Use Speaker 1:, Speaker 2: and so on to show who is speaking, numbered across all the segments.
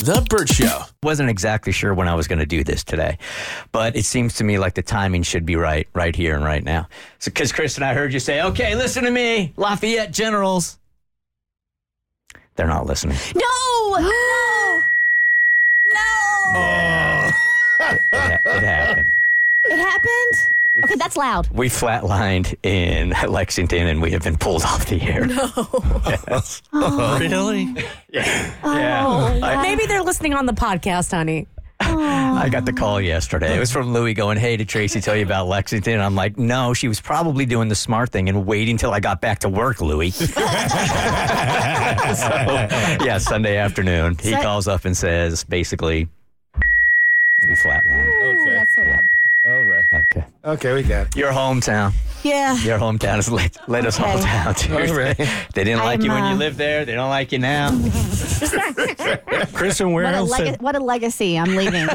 Speaker 1: The Burt Show.
Speaker 2: Wasn't exactly sure when I was going to do this today, but it seems to me like the timing should be right, right here and right now. So, because Chris and I heard you say, okay, listen to me, Lafayette Generals. They're not listening.
Speaker 3: No! No! No!
Speaker 2: It, ha- it happened.
Speaker 3: It happened? Okay, that's loud.
Speaker 2: We flatlined in Lexington and we have been pulled off the air.
Speaker 1: Really?
Speaker 3: Oh,
Speaker 2: Yeah. I-
Speaker 4: Maybe they're listening on the podcast, honey.
Speaker 2: I got the call yesterday. It was from Louie going, Hey, did Tracy tell you about Lexington? And I'm like, No, she was probably doing the smart thing and waiting till I got back to work, Louie. so, yeah, Sunday afternoon. He
Speaker 3: So-
Speaker 2: calls up and says, basically, we flatlined.
Speaker 3: Ooh, that's so loud.
Speaker 5: All right.
Speaker 2: Okay.
Speaker 5: Okay, we got it.
Speaker 2: Your hometown.
Speaker 4: Yeah.
Speaker 2: Your hometown has let, let us all down, dude.
Speaker 5: right.
Speaker 2: They didn't like you
Speaker 4: I'm,
Speaker 2: when you
Speaker 4: uh,
Speaker 2: lived there. They don't like you now.
Speaker 1: Kristen, where
Speaker 3: What a,
Speaker 1: else?
Speaker 3: leg-
Speaker 1: have,
Speaker 3: what a legacy I'm leaving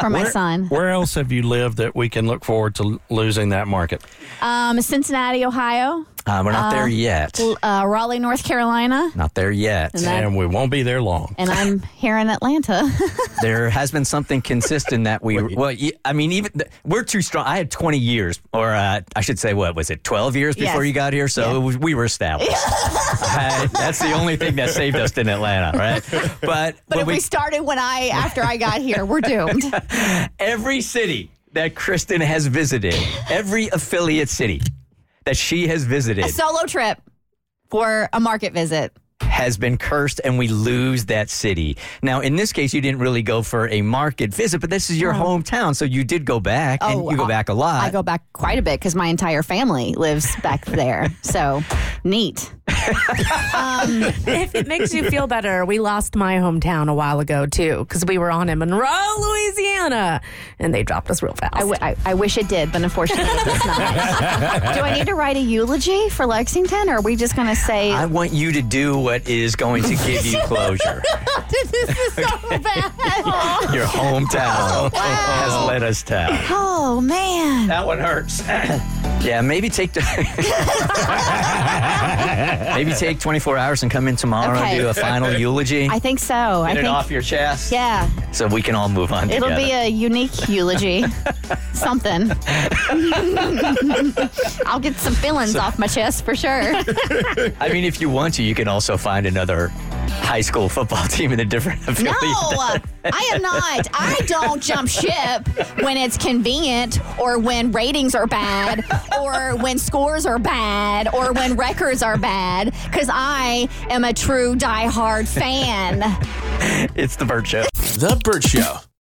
Speaker 3: for my son.
Speaker 1: where else have you lived that we can look forward to l- losing that market?
Speaker 3: Um, Cincinnati, Ohio,
Speaker 2: Uh, we're not there yet.
Speaker 3: uh, Raleigh, North Carolina,
Speaker 2: Not there yet.
Speaker 3: And that-
Speaker 1: and we won't be there long.
Speaker 3: and I'm here in Atlanta.
Speaker 2: there has been something consistent that we well y- i mean even th- we're too strong i had 20 years or uh, i should say what was it 12 years before
Speaker 3: Yes.
Speaker 2: you got here so it was- we were established I- that's the only thing that saved us in atlanta right but,
Speaker 3: but
Speaker 2: when
Speaker 3: if we started when I after I got here, we're doomed.
Speaker 2: every city that kristen has visited every affiliate city that she has visited
Speaker 3: a solo trip for a market visit.
Speaker 2: has been cursed and we lose that city. Now, in this case, you didn't really go for a market visit, but this is your hometown, so you did go back and
Speaker 3: Oh,
Speaker 2: you go
Speaker 3: I-
Speaker 2: back a lot.
Speaker 3: I go back quite a bit because my entire family lives back there. So neat.
Speaker 4: if it makes you feel better, we lost my hometown a while ago, too, because we were on in Monroe, Louisiana, and they dropped us real fast.
Speaker 3: I, w- I, I wish it did, but unfortunately, it's not. Do I need to write a eulogy for Lexington, or are we just going to say
Speaker 2: I want you to do what is going to give you closure.
Speaker 3: this is so bad?
Speaker 2: Your hometown has let us down.
Speaker 3: Oh man.
Speaker 2: That one hurts. yeah, maybe take the maybe take 24 hours and come in tomorrow
Speaker 3: Okay.
Speaker 2: and do a final eulogy.
Speaker 3: I think so. I
Speaker 2: Get it
Speaker 3: think
Speaker 2: off your chest.
Speaker 3: yeah.
Speaker 2: So we can all move on
Speaker 3: It'll
Speaker 2: together.
Speaker 3: be a unique eulogy. Something. I'll get some feelings off my chest for sure.
Speaker 2: I mean, if you want to, you can also find another high school football team in a different
Speaker 3: No, uh,
Speaker 2: affiliate.
Speaker 3: I am not. I don't jump ship when it's convenient or when ratings are bad or when scores are bad or when records are bad because I am a true diehard fan.
Speaker 2: It's the Bird Show.
Speaker 1: The Burt Show.